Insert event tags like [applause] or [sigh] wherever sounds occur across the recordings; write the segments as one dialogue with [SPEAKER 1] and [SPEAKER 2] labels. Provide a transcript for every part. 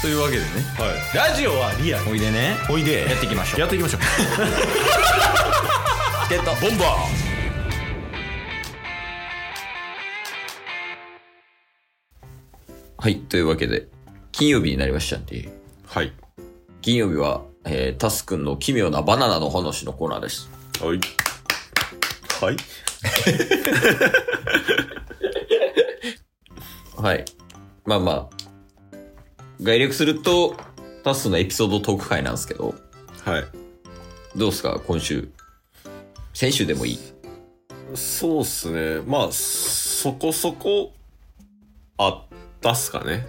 [SPEAKER 1] というわけでね
[SPEAKER 2] はい、ラジオはリアル
[SPEAKER 1] おいでね
[SPEAKER 2] おいで
[SPEAKER 1] やっていきましょう
[SPEAKER 2] やっていきましょう
[SPEAKER 1] ゲット
[SPEAKER 2] ボンバ
[SPEAKER 1] はいというわけで金曜日になりましたんで
[SPEAKER 2] ーはい
[SPEAKER 1] 金曜日は、えー、タスくんの奇妙なバナナの話のコーナーです
[SPEAKER 2] はいはい
[SPEAKER 1] はいまあまあ概略するとタスのエピソードトーク会なんですけど
[SPEAKER 2] はい
[SPEAKER 1] どうですか今週先週でもいい
[SPEAKER 2] そうっすねまあそこそこあったっすかね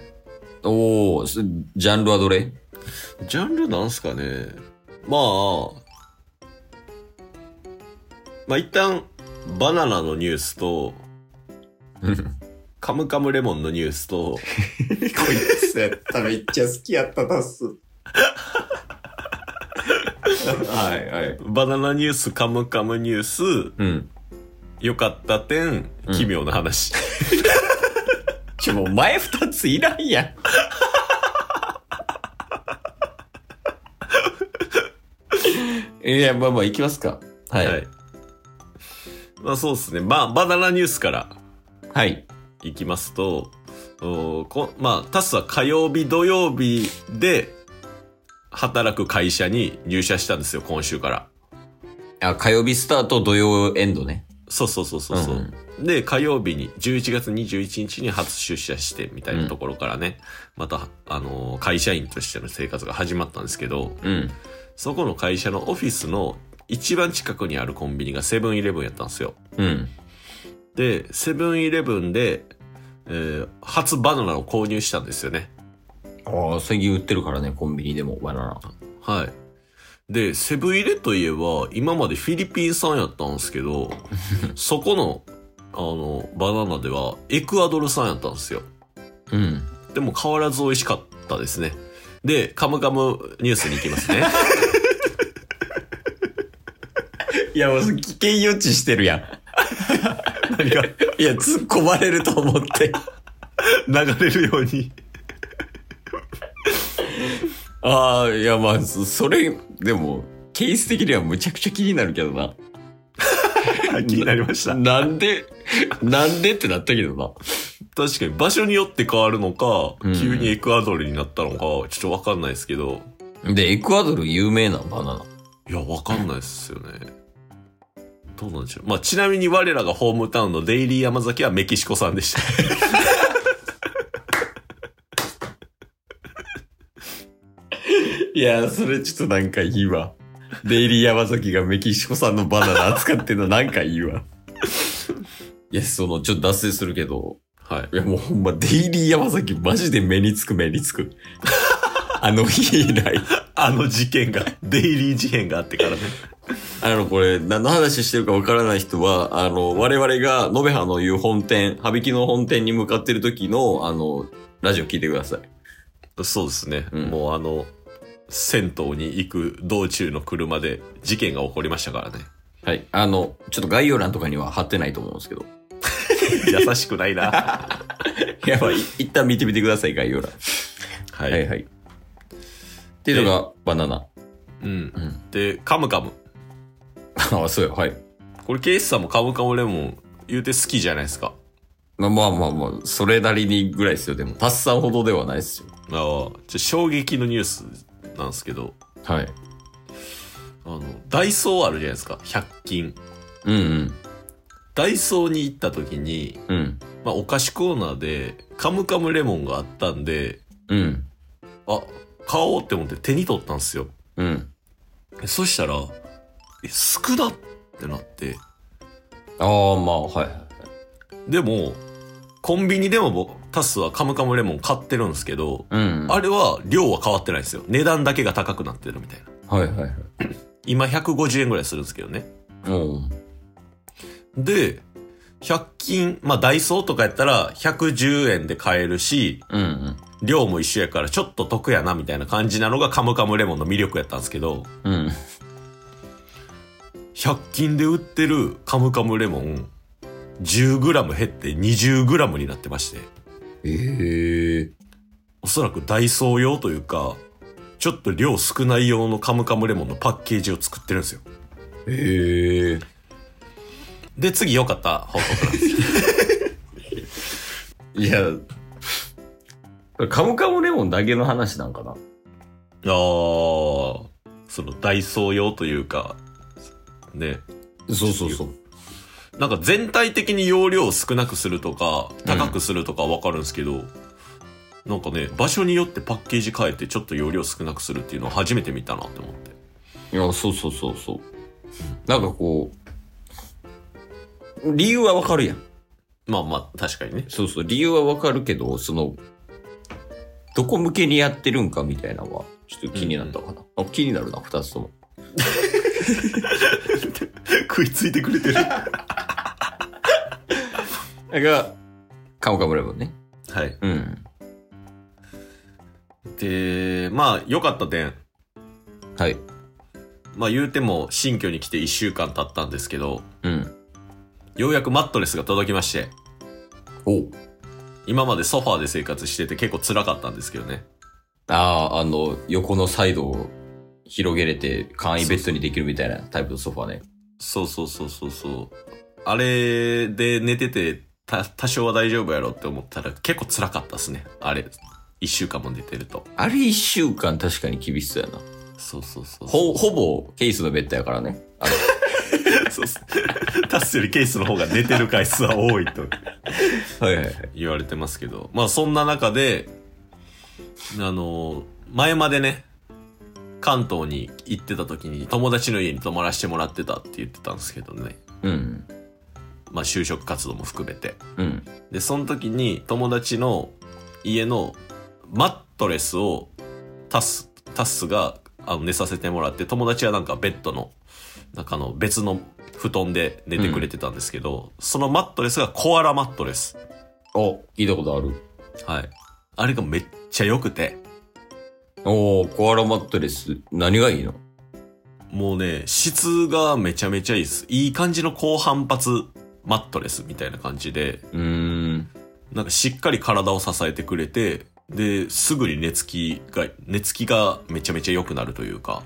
[SPEAKER 1] おおジャンルはど [laughs] れ
[SPEAKER 2] ジャンルなんすかねまあまあ一旦バナナのニュースとカムカムレモンのニュースと
[SPEAKER 3] こいつやっためっちゃ好きやったタス。はいはい。
[SPEAKER 2] バナナニュースカムカムニュース
[SPEAKER 1] うん
[SPEAKER 2] 良かった点
[SPEAKER 1] うん
[SPEAKER 2] 奇妙な話、
[SPEAKER 3] ちょ、もう前二ついらんやん。
[SPEAKER 1] いやまあまあいきますかはい
[SPEAKER 2] はい。まあそうですね。まあ、バナナニュースから
[SPEAKER 1] はい、
[SPEAKER 2] いきますと、おこまあ、タスは火曜日、土曜日で働く会社に入社したんですよ、今週から。
[SPEAKER 1] あ火曜日スタート土曜エンドね
[SPEAKER 2] そうそうそうそうそう。で、火曜日に、11月21日に初出社して、みたいなところからね、また、あのー会社員としての生活が始まったんですけど、
[SPEAKER 1] うん
[SPEAKER 2] そこの会社のオフィスの一番近くにあるコンビニがセブンイレブンやったんですよ。
[SPEAKER 1] うん
[SPEAKER 2] で、セブンイレブンで、えー初バナナを購入したんですよね。
[SPEAKER 1] ああ最近売ってるからねコンビニでもバナナ
[SPEAKER 2] はい。で、セブンイレといえば、今までフィリピン産やったんです
[SPEAKER 1] [laughs]
[SPEAKER 2] けど、そこの、あの、バナナでは、エクアドル産やったんですよ。
[SPEAKER 1] うん
[SPEAKER 2] でも変わらず美味しかったですね。で、カムカムニュースに行きま
[SPEAKER 1] [laughs]
[SPEAKER 2] すね。
[SPEAKER 3] いや、もう危険予知してるやん。何がいや、突っ込まれると思って。
[SPEAKER 2] 流れるように。
[SPEAKER 3] ああ、いや、まあ、そそれ、でも、ケース的にはむちゃくちゃ気になるけどな。
[SPEAKER 2] 気になりました。
[SPEAKER 3] なんで、なんでってなったけどな。
[SPEAKER 2] 確かに場所によって変わるのか
[SPEAKER 1] うん、
[SPEAKER 2] 急にエクアドルになったのか、ちょっとわかんないですけど、
[SPEAKER 1] で、エクアドル有名なバナナ。
[SPEAKER 2] いや、わかんないっすよね。どうなんでしょう。まあ、ちなみに我らがホームタウンのデイリー山崎はメキシコ産
[SPEAKER 1] [laughs]
[SPEAKER 2] でした。
[SPEAKER 3] いや、それちょっとなんかいいわ。デイリー山崎がメキシコ産のバナナ扱ってんのなんかいいわ。
[SPEAKER 1] いや、その、ちょっと脱線するけど、
[SPEAKER 2] は
[SPEAKER 3] い
[SPEAKER 2] い。
[SPEAKER 3] や、もうほんま、デイリー山崎マジで目につく目につく。あの日以来。
[SPEAKER 2] あの事件が、デイリー事変があってからね。
[SPEAKER 3] あの、これ、何の話してるかわからない人は、あの、我々が、延べ葉の言う本店、羽引きの本店に向かってる時の、あの、ラジオ聞いてください。
[SPEAKER 2] [laughs] そうですね。
[SPEAKER 1] うん
[SPEAKER 2] もうあの、銭湯に行く道中の車で事件が起こりましたからね。
[SPEAKER 1] はい。あの、ちょっと概要欄とかには貼ってないと思うんですけど。
[SPEAKER 2] [laughs] 優しくないな。
[SPEAKER 3] やばい、一旦見てみてください、概要欄。
[SPEAKER 2] はい、
[SPEAKER 1] はいはい。っていうのが、バナナ。
[SPEAKER 2] うん
[SPEAKER 1] うん。
[SPEAKER 2] で、カムカム。
[SPEAKER 1] [laughs] ああ、そうよ。はい。
[SPEAKER 2] これ、ケイスさんもカムカムレモン言うて好きじゃないですか。
[SPEAKER 1] まあまあまあまあ、それなりにぐらいですよ。でも、タスさんほどではないですよ。
[SPEAKER 2] ああ、ちょ衝撃のニュースなんですけど、
[SPEAKER 1] はい。
[SPEAKER 2] あの、ダイソーあるじゃないですか。100均。
[SPEAKER 1] うんうん。
[SPEAKER 2] ダイソーに行った時に、
[SPEAKER 1] うん。
[SPEAKER 2] まあ、お菓子コーナーで、カムカムレモンがあったんで、
[SPEAKER 1] うん。
[SPEAKER 2] あ、買おうって思って手に取ったんですよ。
[SPEAKER 1] うん。
[SPEAKER 2] そしたら、え、少なってなって。
[SPEAKER 1] ああ、まあ、はい。
[SPEAKER 2] でも、コンビニでも僕タスはカムカムレモン買ってるんですけど、
[SPEAKER 1] うん。
[SPEAKER 2] あれは量は変わってないんですよ。値段だけが高くなってるみたいな。
[SPEAKER 1] はいはいはい。
[SPEAKER 2] 今150円ぐらいするんですけどね。
[SPEAKER 1] うん。
[SPEAKER 2] で、100均、まあダイソーとかやったら110円で買えるし、
[SPEAKER 1] うんうん。
[SPEAKER 2] 量も一緒やからちょっと得やなみたいな感じなのがカムカムレモンの魅力やったんですけど、
[SPEAKER 1] うん。
[SPEAKER 2] 100均で売ってるカムカムレモン、10g 減って 20g になってまして、
[SPEAKER 1] ええ
[SPEAKER 2] おそらくダイソー用というか、ちょっと量少ない用のカムカムレモンのパッケージを作ってるんですよ。
[SPEAKER 1] へえ。
[SPEAKER 2] で、次良かった報告。
[SPEAKER 1] いや、カムカムレモンだけの話なんかな。
[SPEAKER 2] [laughs] ああ、そのダイソー用というか、ね、
[SPEAKER 1] そうそうそう。
[SPEAKER 2] なんか全体的に容量を少なくするとか、高くするとかわかるんですけど、なんかね、場所によってパッケージ変えてちょっと容量少なくするっていうのは初めて見たなって思って。
[SPEAKER 1] いや、そうそうそうそう。なんかこう、理由はわかるやん。
[SPEAKER 2] まあまあ、確かにね。
[SPEAKER 1] そうそう、理由はわかるけど、その、どこ向けにやってるんかみたいなのは、ちょっと気になったかな。あ気になるな、二つとも。
[SPEAKER 2] [laughs] 食いついてくれてる。は
[SPEAKER 1] が、カムカムレモンね。
[SPEAKER 2] い。
[SPEAKER 1] うん。
[SPEAKER 2] で、まあ、良かった点。
[SPEAKER 1] はい。
[SPEAKER 2] まあ言うても、新居に来て1週間経ったんですけど、
[SPEAKER 1] うん。
[SPEAKER 2] ようやくマットレスが届きまして、
[SPEAKER 1] おう
[SPEAKER 2] 今までソファーで生活してて結構辛かったんですけどね。
[SPEAKER 1] ああ、あの、横のサイドを広げれて、簡易ベッドにできるみたいなタイプのソファね。
[SPEAKER 2] そうそうそうそうそう。あれで寝てて、た、多少は大丈夫やろって思ったら結構辛かったっすね。あれ、一週間も寝てると。
[SPEAKER 1] あれ一週間確かに厳しそうやな。
[SPEAKER 2] そうそうそうそう。
[SPEAKER 1] ほ、ほぼケースのベッドやからね。あの
[SPEAKER 2] そうそう [laughs] タスよりケースの方が寝てる回数は多いと
[SPEAKER 1] [laughs] はいはいはい。
[SPEAKER 2] 言われてますけど。まあそんな中で、あの、前までね、関東に行ってた時に友達の家に泊まらせてもらってたって言ってたんですけどね。
[SPEAKER 1] うん。
[SPEAKER 2] まあ就職活動も含めて。
[SPEAKER 1] うん。
[SPEAKER 2] でその時に友達の家のマットレスをタスタスがあの寝させてもらって友達はなんかベッドの中の別の布団で寝てくれてたんですけど、そのマットレスがコアラマットレス
[SPEAKER 1] お、聞いたことある。
[SPEAKER 2] はいあれがめっちゃ良くて
[SPEAKER 1] おー、コアラマットレス。何がいいの
[SPEAKER 2] もうね質がめちゃめちゃいいですいい感じの高反発マットレスみたいな感じで
[SPEAKER 1] うーん。
[SPEAKER 2] なんかしっかり体を支えてくれて、で、すぐに寝つきが、寝つきがめちゃめちゃ良くなるというか、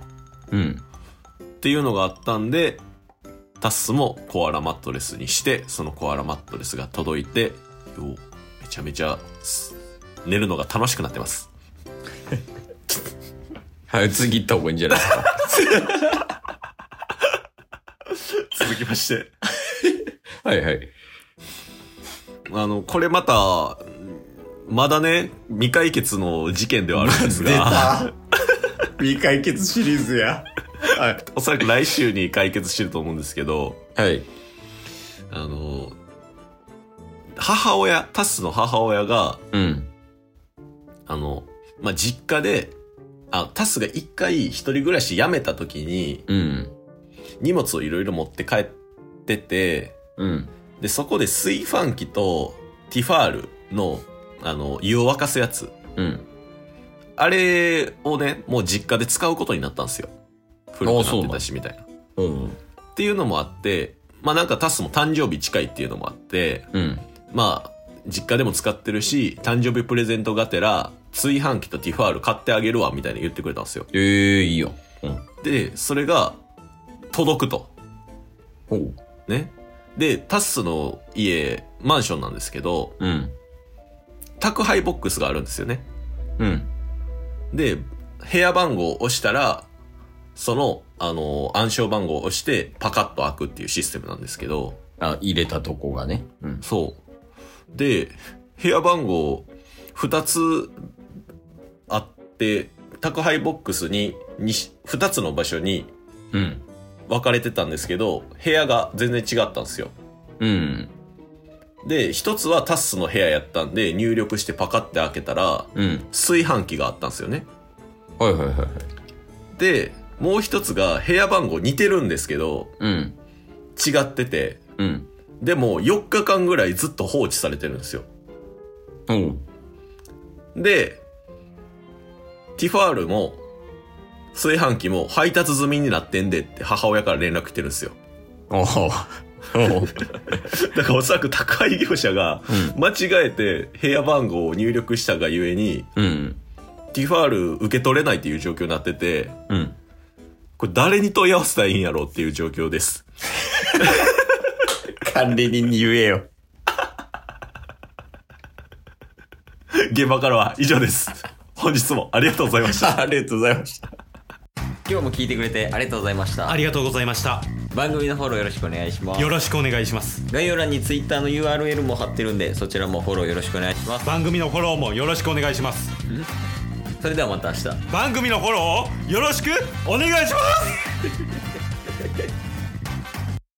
[SPEAKER 1] うん。
[SPEAKER 2] っていうのがあったんで、タッスもコアラマットレスにして、そのコアラマットレスが届いて、ようめちゃめちゃす寝るのが楽しくなってます。
[SPEAKER 1] はい、次行った方がいいんじゃない [laughs] ですか。
[SPEAKER 2] 続きまして。
[SPEAKER 1] はいはい。
[SPEAKER 2] あの、これまた、まだね、未解決の事件ではあるんですが、
[SPEAKER 1] [laughs]
[SPEAKER 3] 未解決シリーズや。はい。
[SPEAKER 2] おそらく来週に解決してると思うんですけど、
[SPEAKER 1] はい。
[SPEAKER 2] あの、母親、タスの母親が、
[SPEAKER 1] うん。
[SPEAKER 2] あの、まあ、実家で、あ、タスが一回一人暮らし辞めた時に、
[SPEAKER 1] うん。
[SPEAKER 2] 荷物をいろいろ持って帰ってて、
[SPEAKER 1] うん。
[SPEAKER 2] で、そこで炊飯器とティファールの、あの、湯を沸かすやつ。
[SPEAKER 1] うん。
[SPEAKER 2] あれをね、もう実家で使うことになったんですよ。古くなってたし、みたい
[SPEAKER 1] う
[SPEAKER 2] な。
[SPEAKER 1] ん。
[SPEAKER 2] っていうのもあって、まあ、なんかタスも誕生日近いっていうのもあって、
[SPEAKER 1] うん。
[SPEAKER 2] まあ、実家でも使ってるし、誕生日プレゼントがてら、炊飯器とティファール買ってあげるわ、みたいに言ってくれたんですよ。
[SPEAKER 1] ええー、いいよ。うん。
[SPEAKER 2] で、それが、届くと。
[SPEAKER 1] ほう。
[SPEAKER 2] ね。で、タッスの家、マンションなんですけど、
[SPEAKER 1] うん。
[SPEAKER 2] 宅配ボックスがあるんですよね。
[SPEAKER 1] うん。
[SPEAKER 2] で、部屋番号を押したら、その、あの、暗証番号を押して、パカッと開くっていうシステムなんですけど、
[SPEAKER 1] あ、入れたとこがね。うん。
[SPEAKER 2] そう。で、部屋番号2つあって、宅配ボックスに2つの場所に
[SPEAKER 1] うん。
[SPEAKER 2] 分かれてたんですけど、部屋が全然違ったんですよ。
[SPEAKER 1] うん。
[SPEAKER 2] で、1つはタッスの部屋やったんで、入力してパカって開けたら、
[SPEAKER 1] うん。
[SPEAKER 2] 炊飯器があったんですよね。
[SPEAKER 1] はいはいはいはい。
[SPEAKER 2] で、もう1つが部屋番号似てるんですけど、
[SPEAKER 1] うん。
[SPEAKER 2] 違ってて、
[SPEAKER 1] うん。
[SPEAKER 2] でも4日間ぐらいずっと放置されてるんですよ。
[SPEAKER 1] ほう。
[SPEAKER 2] で、ティファールも、炊飯器も配達済みになってんでって母親から連絡来てるんですよ。 [laughs]
[SPEAKER 1] ああ。
[SPEAKER 2] だからおそらく宅配業者が
[SPEAKER 1] う
[SPEAKER 2] 間違えて部屋番号を入力したがゆえに、
[SPEAKER 1] うん。
[SPEAKER 2] ティファール受け取れないっていう状況になってて、
[SPEAKER 1] うん。
[SPEAKER 2] これ誰に問い合わせたらいいんやろうっていう状況です。 [laughs]
[SPEAKER 1] 管理人に言えよ。
[SPEAKER 2] 現場からは以上です。本日もありがとうございました。
[SPEAKER 1] ありがとうございました。今日も聞いてくれてありがとうございました
[SPEAKER 4] あ。りがとうございました
[SPEAKER 1] 番組のフォローよろしくお願いします
[SPEAKER 4] よ。ろしくお願いします
[SPEAKER 1] 概要欄に Twitter の URL も貼ってるんで、そちらもフォローよろしくお願いします。
[SPEAKER 4] 番組のフォローもよろしくお願いします
[SPEAKER 1] それではまた明日。
[SPEAKER 4] 番組のフォローをよろしくお願いします